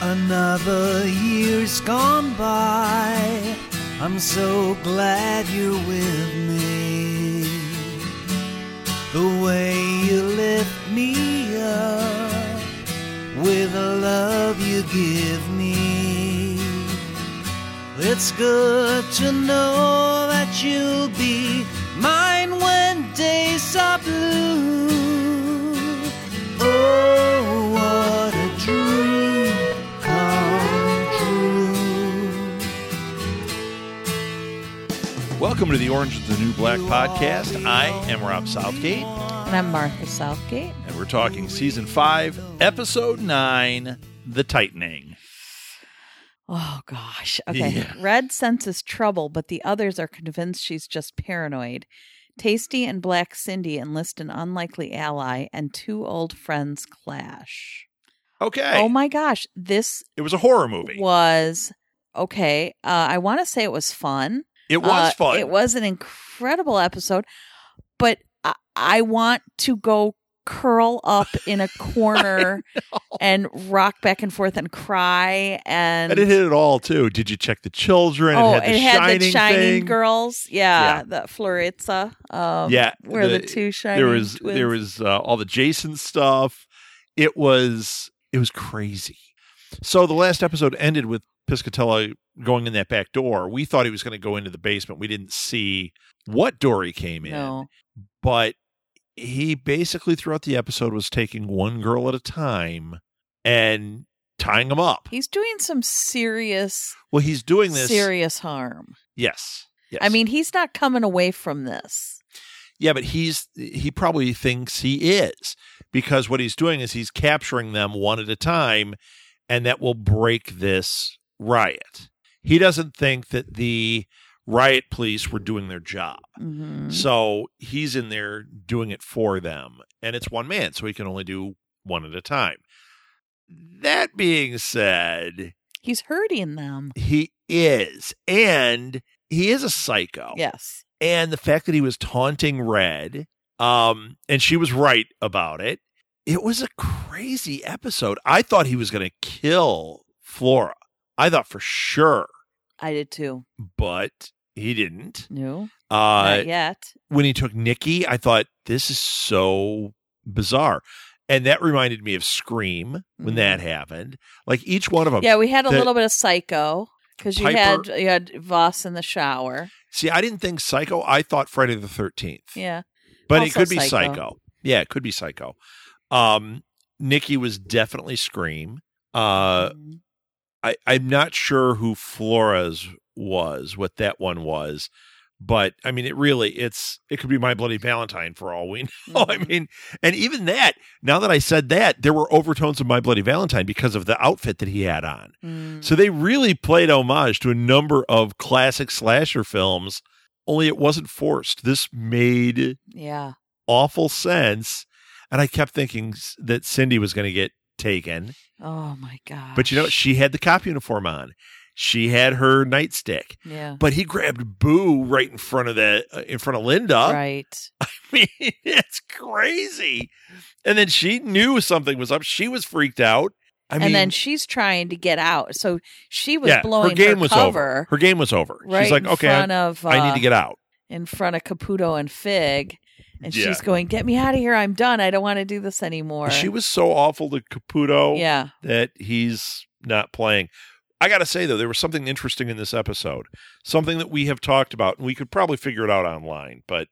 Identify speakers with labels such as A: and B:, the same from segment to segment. A: Another year's gone by. I'm so glad you're with me. The way you lift me up with the love you give me. It's good to know that you'll be mine when days are blue. Oh, what a dream come true.
B: Welcome to the Orange is the New Black podcast. I am Rob Southgate,
C: And I'm Martha Southgate.
B: and we're talking season five, episode nine, The Tightening.
C: Oh gosh. Okay.
B: Yeah.
C: Red senses trouble, but the others are convinced she's just paranoid. Tasty and Black Cindy enlist an unlikely ally, and two old friends clash.
B: Okay.
C: Oh my gosh. This
B: it was a horror movie.
C: was okay. Uh, I want to say it was fun.
B: it was
C: Uh,
B: fun.
C: It was an incredible episode, but I, I want to go curl up in a corner and rock back and forth and cry and.
B: and it hit it all, too. Did you check the children?
C: Oh,
B: it had the shining, thing.
C: girls,
B: Yeah.
C: yeah, the Floritza, um,
B: Yeah,
C: where the,
B: the-
C: two shining
B: There was
C: twins.
B: there was uh, all the Jason stuff. It was it was crazy. So the last episode ended with Piscatella going in that back door. We thought he was going to go into the basement. We didn't see what door he came in.
C: no,
B: but he basically throughout the episode was taking one girl at a time and tying them up.
C: he's doing some serious,
B: Well, he's doing this.
C: serious harm.
B: Yes. Yes.
C: I mean, he's not coming away from this.
B: yeah, but he's he probably thinks he is because what he's doing is he's capturing them one at a time, and that will break this riot. He doesn't think that the riot police were doing their job.
C: Mhm.
B: So he's in there doing it for them, and it's one man, so he can only do one at a time. That being said,
C: He's hurting them.
B: he is, and he is a psycho.
C: Yes,
B: And the fact that he was taunting Red, um, and she was right about it, it was a crazy episode. I thought he was going to kill Flora. I thought for sure,
C: I did too.
B: but he didn't.
C: No,
B: Uh,
C: not yet.
B: when he took Nikki, I thought this is so bizarre. And that reminded me of Scream when
C: Mhm.
B: that happened. Like each one of them.
C: Yeah, we had a
B: the-
C: little bit of psycho because you
B: Piper-
C: had you had Voss in the shower.
B: See, I didn't think Psycho. I thought Friday the 13th.
C: Yeah,
B: but it
C: also
B: could be psycho.
C: Psycho.
B: Yeah, it could be Psycho. Um, Nikki was definitely Scream. Uh,
C: Mhm.
B: I, I'm not sure who Flora's was, what that one was. But I mean, it really, it's, it could be My Bloody Valentine for all we know. Oh, I
C: Mhm.
B: mean, and even that, now that I said that, there were overtones of My Bloody Valentine because of the outfit that he had on.
C: Mm.
B: So they really played homage to a number of classic slasher films, only it wasn't forced. This made
C: yeah,
B: awful sense. And I kept thinking s- that Cindy was going to get taken.
C: oh my god.
B: But you know, what? she had the cop uniform on, she had her nightstick.
C: yeah,
B: But he grabbed Boo right in front of the uh, in front of Linda.
C: right.
B: I mean, it's crazy. And then she knew something was up. She was freaked out. I mean,
C: and then she's trying to get out. So she was
B: yeah,
C: blowing
B: her game was over.
C: cover
B: Her game was over.
C: right
B: She's like,
C: in
B: okay,
C: front
B: I,
C: of uh,
B: I need to get out.
C: in front of Caputo and Fig, and
B: Yeah.
C: she's going, "Get me out of here! I'm done. I don't want to do this anymore."
B: She was so awful to Caputo
C: uh, yeah,
B: that he's not playing. I got to say, though, there was something interesting in this episode, something that we have talked about, and we could probably figure it out online, but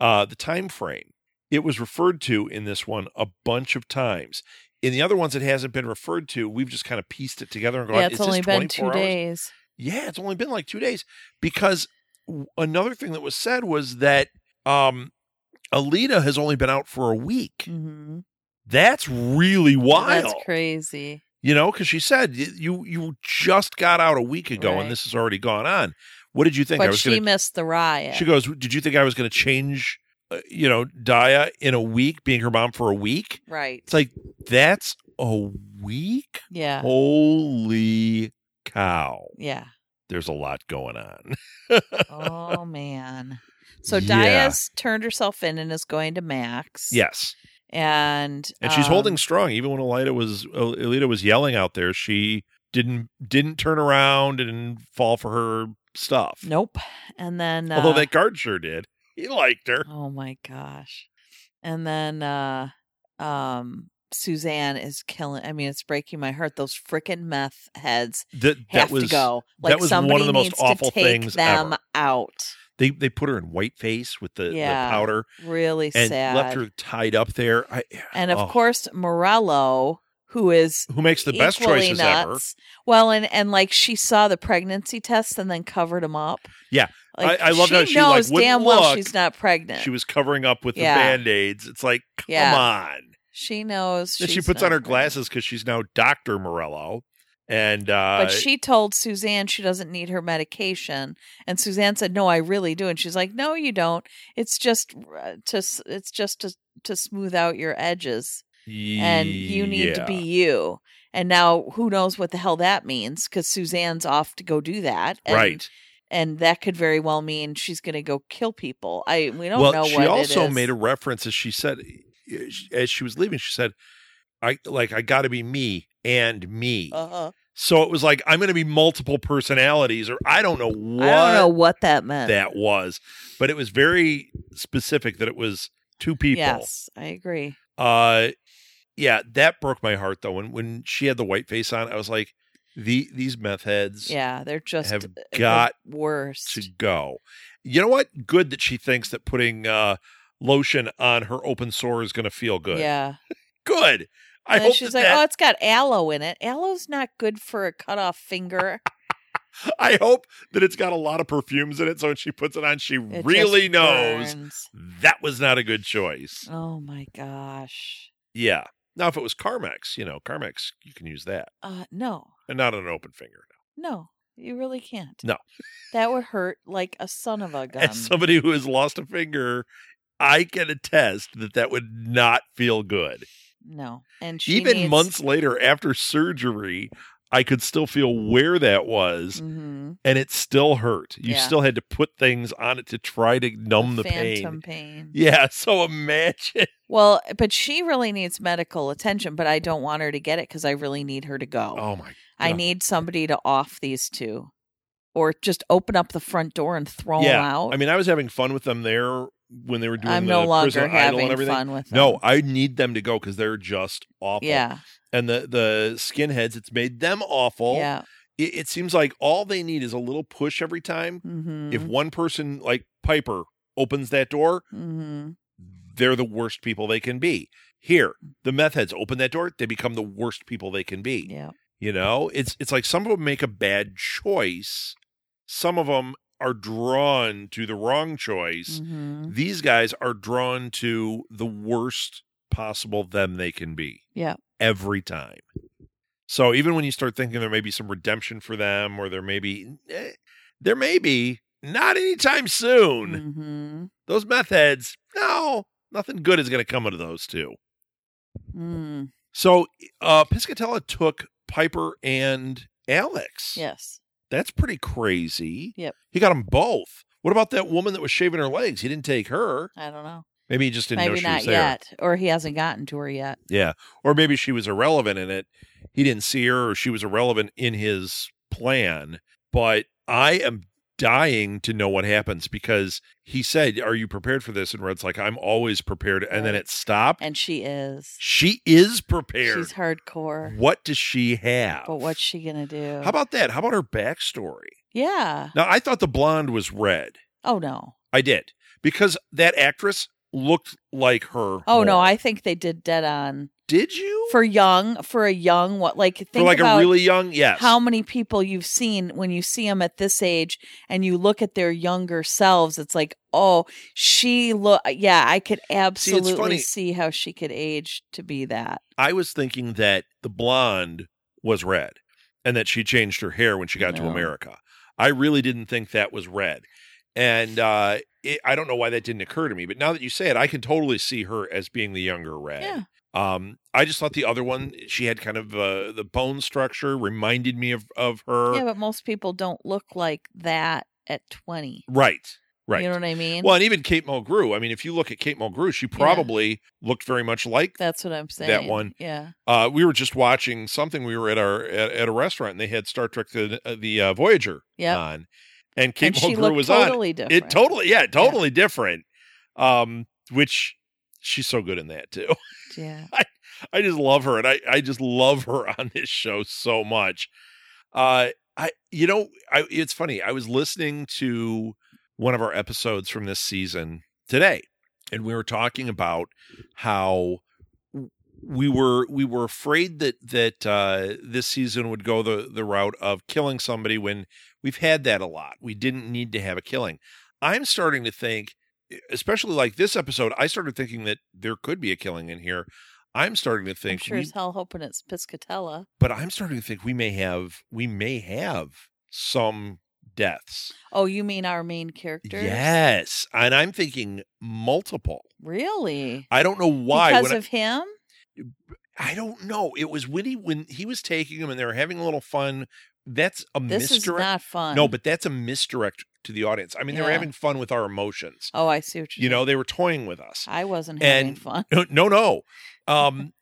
B: uh, the time frame. It was referred to in this one a bunch of times. In the other ones, it hasn't been referred to. We've just kind of pieced it together and gone,
C: yeah. It's
B: "Is this
C: only been
B: 24
C: two
B: hours?"
C: days.
B: yeah it's only been like two days because w- another thing that was said was that um alita has only been out for a week
C: Mm-hmm.
B: that's really wild
C: That's crazy.
B: you know because she said y- you you just got out a week ago
C: Right.
B: and this has already gone on what did you think i
C: But
B: was
C: she
B: gonna
C: missed the riot.
B: she goes did you think i was gonna change uh, you know daya in a week being her mom for a week
C: right.
B: it's like that's a week
C: Yeah.
B: holy cow
C: Yeah.
B: there's a lot going on
C: Oh man. So
B: Yeah.
C: Dias turned herself in and is going to Max.
B: yes
C: and
B: And she's
C: um,
B: holding strong. Even when Elita was El- Elita was yelling out there, she didn't didn't turn around and fall for her stuff.
C: Nope. And then
B: Although
C: uh,
B: that guard sure did. He liked her.
C: Oh my gosh. And then uh um Suzanne is killing I mean it's breaking my heart those freaking meth heads
B: That
C: have
B: that was
C: to go.
B: that
C: Like
B: was one of
C: somebody
B: the most
C: needs
B: awful
C: to take
B: things
C: them
B: ever.
C: out.
B: they they put her in whiteface with the,
C: Yeah.
B: the powder
C: Really
B: and
C: sad.
B: left her tied up there. I,
C: and of
B: oh,
C: course Morello who is
B: who makes the best
C: equally
B: choices ever?
C: nuts. Well, and and like she saw the pregnancy test and then covered him up.
B: Yeah.
C: Like,
B: I- I love
C: she
B: how she, like,
C: knows
B: wouldn't
C: damn well
B: look.
C: she's not pregnant.
B: She was covering up with
C: Yeah.
B: the band aids. It's like, come
C: Yeah.
B: on.
C: she knows.
B: Then she
C: she's
B: puts
C: not
B: on her
C: pregnant.
B: glasses because she's now Doctor Morello, and uh,
C: But she told Suzanne she doesn't need her medication, and Suzanne said, "No, I really do." And she's like, "No, you don't. It's just uh, to s- it's just to to smooth out your edges, and you need to
B: yeah.
C: be you." And now who knows what the hell that means? Because Suzanne's off to go do that, and,
B: right.
C: And that could very well mean she's going to go kill people. I we don't
B: well,
C: know.
B: she
C: what it
B: also
C: is.
B: made a reference as she said, eh, as she was leaving, she said, "I like I got to be me and me."
C: Uh-huh.
B: so it was like I'm going to be multiple personalities, or I don't know what
C: I don't know what that meant.
B: that was, but it was very specific that it was two people.
C: Yes, I agree.
B: Uh yeah, that broke my heart though. When when she had the white face on, I was like, the these meth heads
C: Yeah, uh, they're just
B: have
C: the
B: got
C: worst.
B: to go. You know what? Good that she thinks that putting uh lotion on her open sore is gonna feel good.
C: Yeah.
B: Good. I
C: and then
B: hope
C: she's
B: that
C: like, "Oh,
B: that,
C: it's got aloe in it. Aloe's not good for a cut off finger. "Oh,
B: I hope that it's got a lot of perfumes in it, so when she puts it on, she
C: It
B: really
C: just
B: knows
C: burns.
B: that was not a good choice.
C: Oh my gosh.
B: Yeah. Now if it was Carmex, you know, Carmex, you can use that.
C: Uh, no,
B: And not on an open finger.
C: no, you really can't.
B: No.
C: that would hurt like a son of a gun.
B: as somebody who has lost a finger, I can attest that that would not feel good.
C: no, and she
B: Even
C: needs-
B: months later, after surgery, I could still feel where that was,
C: Mhm.
B: and it still hurt. You
C: Yeah.
B: still had to put things on it to try to numb the, pain.
C: phantom pain.
B: Yeah, so imagine.
C: Well, but she really needs medical attention. But I don't want her to get it because I really need her to go.
B: Oh my!
C: I
B: yeah.
C: need somebody to off these two, or just open up the front door and throw them
B: Yeah,
C: out.
B: I mean, I was having fun with them there when they were doing.
C: I'm
B: the
C: no
B: Prisoner
C: longer
B: Idol and
C: having
B: everything.
C: fun with them.
B: No, I need them to go because they're just awful.
C: yeah,
B: and the the skinheads, it's made them awful.
C: yeah.
B: it, it seems like all they need is a little push every time.
C: Mm-hmm.
B: If one person like Piper opens that door,
C: mm-hmm.
B: they're the worst people they can be. Here, the meth heads open that door, they become the worst people they can be.
C: yeah,
B: You know, it's it's like some of them make a bad choice. Some of them are drawn to the wrong choice.
C: mm-hmm.
B: These guys are drawn to the worst possible them they can be.
C: Yeah.
B: Every time. So even when you start thinking there may be some redemption for them or there may be, eh, there may be, not anytime soon.
C: Mm-hmm.
B: Those meth heads, no, nothing good is going to come out of those two.
C: Mm.
B: So uh, Piscatella took Piper and Alex.
C: Yes,
B: That's pretty crazy.
C: Yep.
B: He got them both. What about that woman that was shaving her legs? He didn't take her.
C: I don't know.
B: Maybe he just didn't know
C: Maybe
B: she
C: not
B: was there.
C: yet, or he hasn't gotten to her yet.
B: Yeah. Or maybe she was irrelevant in it. He didn't see her or she was irrelevant in his plan. But I am dying to know what happens because he said, Are you prepared for this? And Red's like, I'm always prepared. And then
C: Right.
B: it stopped.
C: And she is.
B: she is prepared.
C: She's hardcore.
B: What does she have?
C: But what's she gonna do?
B: How about that? How about her backstory?
C: yeah?
B: Now, I thought the blonde was red.
C: Oh no.
B: I did because that actress looked like her.
C: Oh no.
B: more.
C: I think they did dead on
B: did you
C: for young for a young what like think
B: for like
C: about
B: a really young yes.
C: how many people you've seen when you see them at this age and you look at their younger selves it's like oh she look yeah i could absolutely
B: funny.
C: see how she could age to be that
B: I was thinking that the blonde was red and that she changed her hair when she got to
C: No.
B: America. I really didn't think that was red. And uh, it, I don't know why that didn't occur to me. But now that you say it, I can totally see her as being the younger red.
C: yeah
B: Um, I just thought the other one, she had kind of uh, the bone structure reminded me of, of her.
C: yeah but most people don't look like that at 20
B: Right. Right.
C: You know what I mean?
B: well, and even Kate Mulgrew. I mean, if you look at Kate Mulgrew, she probably looked very much like.
C: That's what I'm saying.
B: one.
C: Yeah.
B: Uh, we were just watching something. We were at our at, at a restaurant, and they had Star Trek the uh, the uh, Voyager
C: Yep.
B: on, and Kate
C: and she
B: Mulgrew
C: looked
B: was on.
C: totally different.
B: It totally, yeah, totally different. Um, which she's so good in that too.
C: Yeah.
B: I just love her, and I I just love her on this show so much. Uh, I you know, I it's funny. I was listening to one of our episodes from this season today, and we were talking about how we were we were afraid that that uh, this season would go the the route of killing somebody when we've had that a lot. We didn't need to have a killing. I'm starting to think, e, especially like this episode, I started thinking that there could be a killing in here. I'm starting to
C: I'm
B: think,
C: sure
B: we-
C: as hell hoping it's Piscatella.
B: but I'm starting to think we may have we may have some deaths.
C: Oh, you mean our main character?
B: Yes, and I'm thinking multiple.
C: Really?
B: I don't know why.
C: Because
B: when I-
C: of him?
B: I don't know. It was when he when he was taking them and they were having a little fun. That's a
C: This is
B: misdirect.
C: not fun.
B: no, but that's a misdirect to the audience. I mean, they were
C: Yeah.
B: having fun with our emotions.
C: Oh, I see what
B: You
C: you
B: know, they were toying with us.
C: I wasn't having
B: And-
C: fun.
B: No, no, no. Um,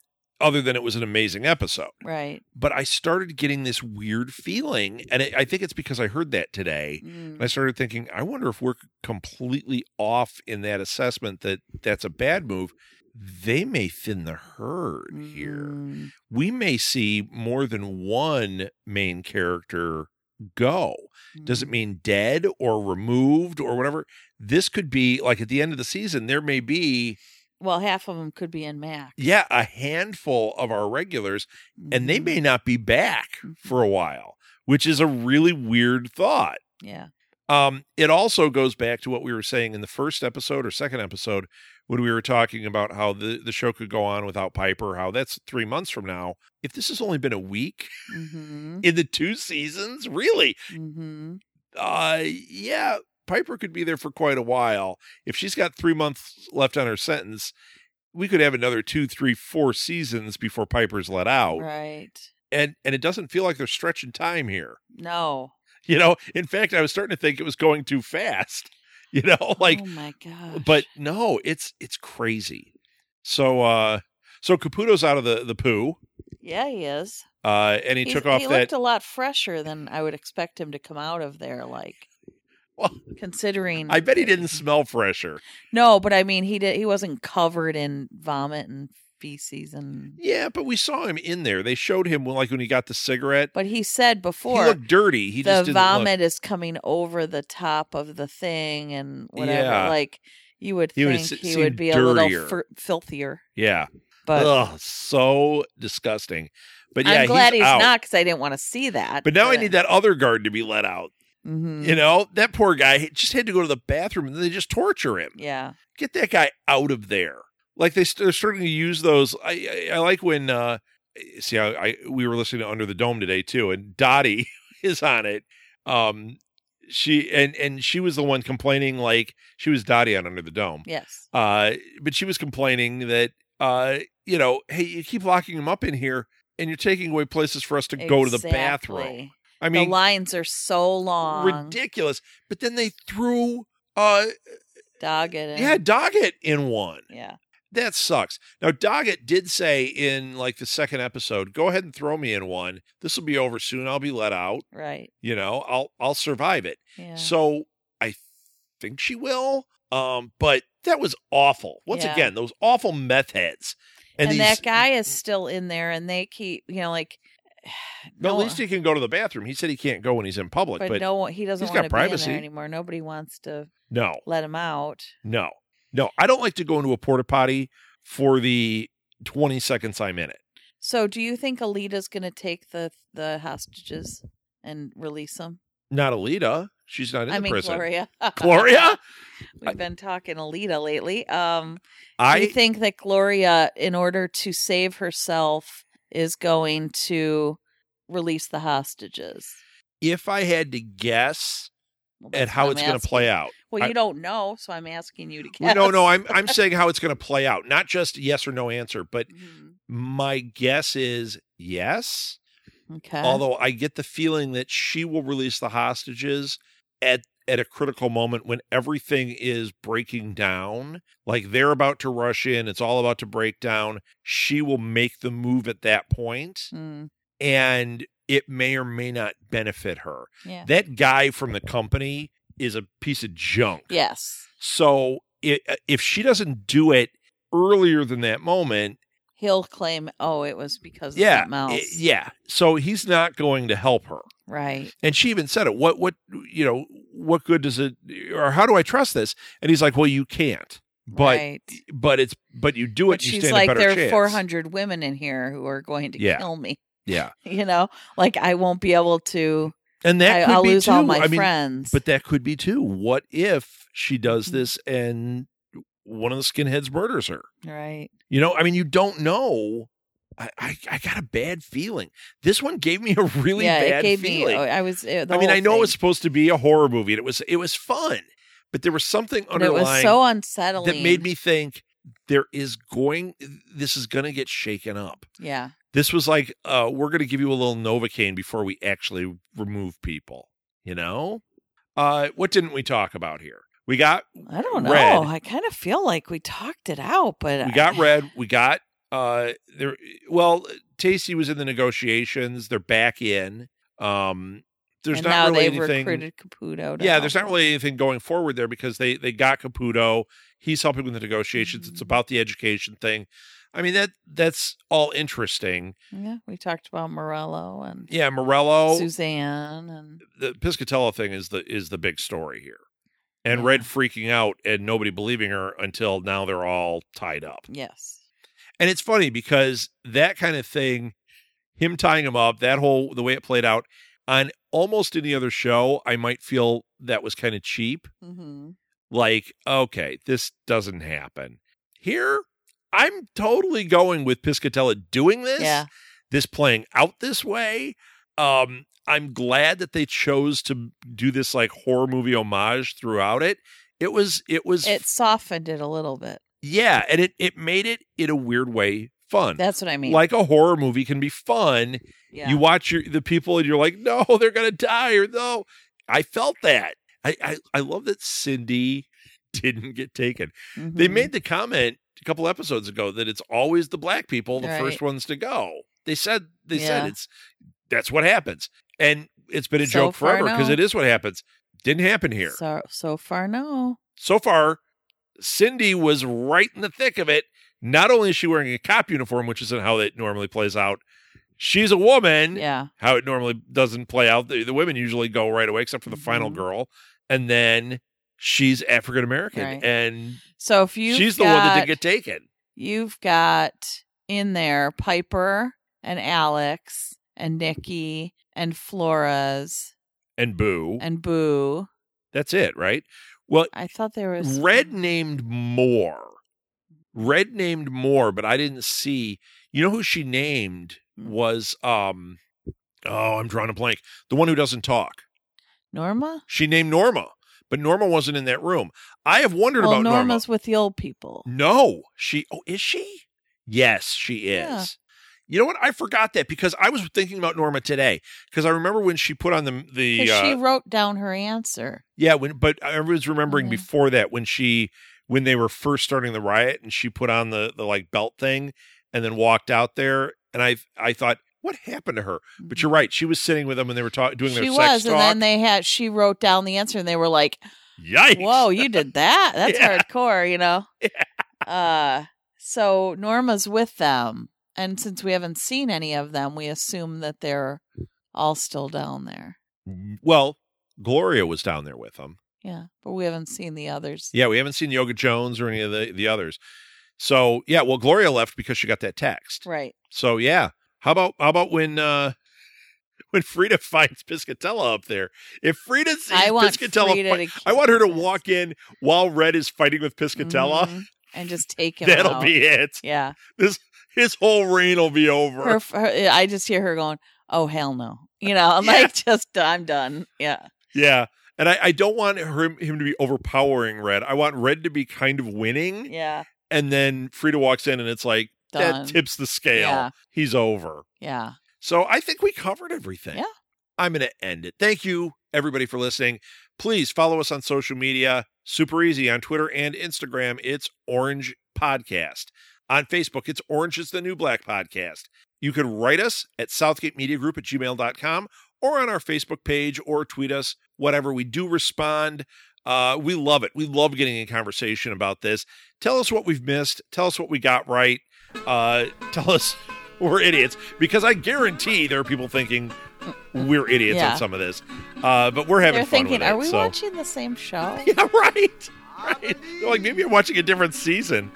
B: other than it was an amazing episode,
C: Right.
B: but I started getting this weird feeling, and it, I think it's because I heard that today.
C: Mm.
B: And I started thinking, I wonder if we're completely off in that assessment that that's a bad move. They may thin the herd here.
C: Mm.
B: we may see more than one main character go.
C: mm.
B: Does it mean dead or removed or whatever? This could be like at the end of the season, there may be,
C: Well, half of them could be in Mac.
B: yeah, a handful of our regulars, and they
C: Mhm.
B: may not be back for a while, which is a really weird thought.
C: Yeah.
B: Um, it also goes back to what we were saying in the first episode or second episode when we were talking about how the, the show could go on without Piper, how that's three months from now. If this has only been a week,
C: Mm-hmm.
B: in the two seasons really
C: Mm-hmm.
B: uh yeah piper could be there for quite a while if she's got three months left on her sentence we could have another two three four seasons before piper's let out
C: Right.
B: and and it doesn't feel like they're stretching time here
C: No.
B: you know in fact i was starting to think it was going too fast you know like
C: oh my god.
B: but no it's it's crazy so uh so caputo's out of the the poo
C: yeah, he is.
B: uh and he
C: He's-
B: took off
C: he
B: that
C: looked a lot fresher than I would expect him to come out of there. Like,
B: Well,
C: considering,
B: i bet he didn't smell fresher
C: No, but I mean, he did. He wasn't covered in vomit and feces, and
B: Yeah, but we saw him in there. They showed him when, like when he got the cigarette.
C: but he said
B: he
C: before
B: looked dirty. He just
C: the
B: didn't
C: vomit is coming over the top of the thing and whatever.
B: Yeah.
C: Like you would
B: He would
C: think
B: se-
C: he
B: seem
C: would be a little
B: dirtier.
C: fir- filthier,
B: Look. Yeah.
C: but
B: Ugh, so disgusting. But yeah,
C: I'm glad he's,
B: out.
C: not because I didn't want to see that.
B: But now I need that other guard to be let out.
C: hmm
B: You know, that poor guy he just had to go to the bathroom and they just torture him.
C: yeah,
B: Get that guy out of there. Like they st- they're starting to use those. I I, I like when uh see I, I we were listening to Under the Dome today too, and Dottie is on it. Um, she and and she was the one complaining like she was Dottie on Under the Dome.
C: yes,
B: Uh, but she was complaining that, uh, you know, hey, you keep locking him up in here and you're taking away places for us to go to the bathroom.
C: Exactly.
B: I
C: the
B: mean,
C: lines are so long.
B: ridiculous. But then they threw, uh,
C: Dog it.
B: yeah, Doggett in one.
C: yeah.
B: That sucks. Now, Doggett did say in like the second episode, go ahead and throw me in one. This will be over soon. I'll be let out.
C: Right.
B: You know, I'll, I'll survive it.
C: Yeah.
B: So I think she will. Um, but that was awful. Once
C: Yeah.
B: again, those awful meth heads.
C: and,
B: these-
C: that guy is still in there, and they keep you know like
B: No,
C: no,
B: at least he can go to the bathroom. He said he can't go when he's in public,
C: but,
B: but,
C: no one he doesn't
B: he's got
C: want to be in
B: privacy.
C: there anymore. Nobody wants to
B: no,
C: let him out.
B: no, no. I don't like to go into a porta potty for the 20 seconds I'm in it.
C: So do you think Alita's going to take the the hostages and release them?
B: Not Alita. She's not in
C: I
B: the
C: mean
B: prison.
C: Gloria.
B: Gloria?
C: We've been talking Alita lately. Um I
B: I
C: think that Gloria in order to save herself is going to release the hostages.
B: if I had to guess
C: Well,
B: at
C: that's
B: how
C: what
B: it's
C: I'm
B: going to
C: asking.
B: play out.
C: Well,
B: I-
C: you don't know, so I'm asking you to
B: No,
C: guess.
B: No, no, I'm I'm saying how it's going to play out. Not just yes or no answer, but
C: Mhm.
B: my guess is yes.
C: Okay. Uh-huh.
B: Although I get the feeling that she will release the hostages at at a critical moment when everything is breaking down, like they're about to rush in, it's all about to break down, she will make the move at that point
C: Mm,
B: and it may or may not benefit her.
C: yeah.
B: That guy from the company is a piece of junk.
C: yes.
B: So i uh, if she doesn't do it earlier than that moment,
C: He'll claim, oh, it was because of
B: yeah,
C: something else.
B: i- yeah. So he's not going to help her.
C: Right.
B: And she even said it. What what you know, what good does it or how do I trust this? And he's like, "Well, you can't." But
C: right.
B: but it's but you do it,
C: But
B: you
C: she's
B: stand a
C: like,
B: better
C: there are
B: chance.
C: 400 women in here who are going to
B: Yeah.
C: kill me.
B: Yeah.
C: You know, like I won't be able to.
B: And that
C: I,
B: could
C: will
B: be
C: lose
B: too.
C: all my
B: I mean,
C: friends.
B: But that could be too. What if she does
C: Mhm.
B: this and one of the skinheads murders her?
C: right.
B: You know, I mean, you don't know. I, I, I got a bad feeling. This one gave me a really
C: yeah,
B: bad
C: it gave
B: feeling.
C: me. oh, I was. uh, the
B: I mean,
C: whole
B: I know it was
C: thing.
B: supposed to be a horror movie, and it was it was fun, but there was something
C: But it
B: underlying
C: was so unsettling
B: that made me think there is going. This is going to get shaken up.
C: Yeah.
B: This was like uh, we're going to give you a little novocaine before we actually remove people. You know, uh, what didn't we talk about here? We got
C: I don't know.
B: Red.
C: I kind of feel like we talked it out, but
B: we got
C: I-
B: red we got uh there well tasty was in the negotiations they're back in um there's
C: and
B: not
C: now
B: really
C: they've
B: anything
C: recruited Caputo. to
B: yeah there's
C: help
B: not really anything going forward there because they they got caputo he's helping with the negotiations it's
C: Mhm.
B: about the education thing i mean that that's all interesting
C: them. Yeah, we talked about Morello and
B: yeah morello
C: Suzanne and
B: the piscatella thing is the is the big story here and
C: Yeah.
B: red freaking out and nobody believing her until now they're all tied up
C: yes,
B: And it's funny because that kind of thing, him tying him up, that whole the way it played out on almost any other show, I might feel that was kind of cheap.
C: hmm
B: Like, okay, this doesn't happen. Here, I'm totally going with Piscatella doing this,
C: yeah,
B: this playing out this way. Um, I'm glad that they chose to do this like horror movie homage throughout it. It was it was
C: it softened it a little bit.
B: yeah, and it it made it in a weird way fun
C: That's what I mean.
B: like a horror movie can be fun.
C: yeah.
B: You watch your, the people and you're like, no, they're gonna die or no. I felt that. I I, I love that Cindy didn't get taken. They
C: Mhm.
B: made the comment a couple episodes ago that it's always the black people the
C: Right.
B: first ones to go. They said they
C: Yeah.
B: said it's that's what happens, and it's been a
C: So
B: joke
C: far,
B: forever because
C: no.
B: it is what happens. Didn't happen here
C: so so far. No,
B: so far, Cindy was right in the thick of it. Not only is she wearing a cop uniform, which isn't how it normally plays out, she's a woman.
C: yeah,
B: How it normally doesn't play out. The, the women usually go right away, except for the final
C: Mhm.
B: girl, and then she's African American,
C: Right.
B: and
C: so if you
B: she's the one that didn't get taken.
C: you've got in there Piper and Alex and Nikki and Flores
B: And boo,
C: and Boo.
B: that's it, right? Well,
C: I thought there was
B: Red named more. Red named more, but I didn't see. You know who she named
C: Hmm.
B: was um oh, I'm drawing a blank. The one who doesn't talk.
C: Norma.
B: She named Norma, but Norma wasn't in that room. I have wondered
C: Well,
B: about Norma.
C: Norma's with the old people.
B: No, she Oh, is she? Yes, she is.
C: Yeah.
B: You know what? I forgot that because I was thinking about Norma today because I remember when she put on the the
C: Because
B: uh,
C: she wrote down her answer.
B: Yeah, when but I was remembering
C: yeah.
B: before that when she when they were first starting the riot and she put on the the like belt thing and then walked out there and I I thought what happened to her? But you're right, she was sitting with them and they were talking doing
C: she
B: their
C: was,
B: sex
C: and then
B: talk.
C: they had she wrote down the answer, and they were like,
B: Yikes!
C: "Whoa, you did that? That's
B: Yeah.
C: hardcore," you know. Uh, so Norma's with them, and since we haven't seen any of them, we assume that they're all still down there.
B: Mm, Well, Gloria was down there with them.
C: Yeah, but we haven't seen the others.
B: Yeah, we haven't seen Yoga Jones or any of the the others. So yeah, well, Gloria left because she got that text.
C: Right.
B: So yeah, how about how about when uh when Frida finds Piscatella up there? If Frida sees
C: I want
B: Piscatella,
C: Frida
B: fi-
C: to
B: I want her to
C: kick his ass.
B: walk in while Red is fighting with Piscatella.
C: Mhm. and just take him.
B: That'll
C: out.
B: be it.
C: Yeah.
B: His whole reign will be over.
C: Her, her, I just hear her going, "Oh hell no!" You know, I'm
B: Yeah.
C: like, just I'm done. Yeah.
B: Yeah. And I, I don't want her, him to be overpowering Red. I want Red to be kind of winning.
C: Yeah.
B: And then Frida walks in and it's like,
C: Done.
B: that tips the scale.
C: Yeah.
B: He's over.
C: yeah.
B: So I think we covered everything.
C: Yeah.
B: I'm going to end it. Thank you everybody for listening. Please follow us on social media. Super easy on Twitter and Instagram. It's Orange Podcast. On Facebook, it's Orange is the New Black Podcast. You can write us at southgatemediagroup at gmail.com or on our Facebook page or tweet us, whatever. We do respond. Uh, we love it. We love getting in conversation about this. Tell us what we've missed. Tell us what we got right. Uh, tell us we're idiots because I guarantee there are people thinking we're idiots
C: Yeah.
B: on some of this. Uh, but we're having
C: They're
B: fun
C: thinking,
B: with it.
C: are we
B: so.
C: watching the same show?
B: Yeah, right. Right. They're like maybe I'm watching a different season.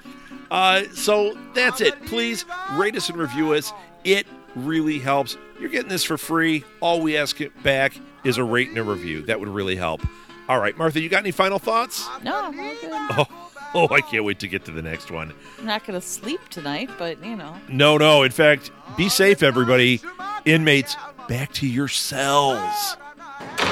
B: Uh, so that's it. Please rate us and review us. It really helps. You're getting this for free. All we ask it back is a rate and a review. That would really help. All right, Martha, you got any final thoughts?
C: No, I'm all good.
B: Oh, oh, I can't wait to get to the next one.
C: I'm not going to sleep tonight, but you know.
B: No, no. In fact, be safe, everybody. Inmates, back to your cells.
A: Yes.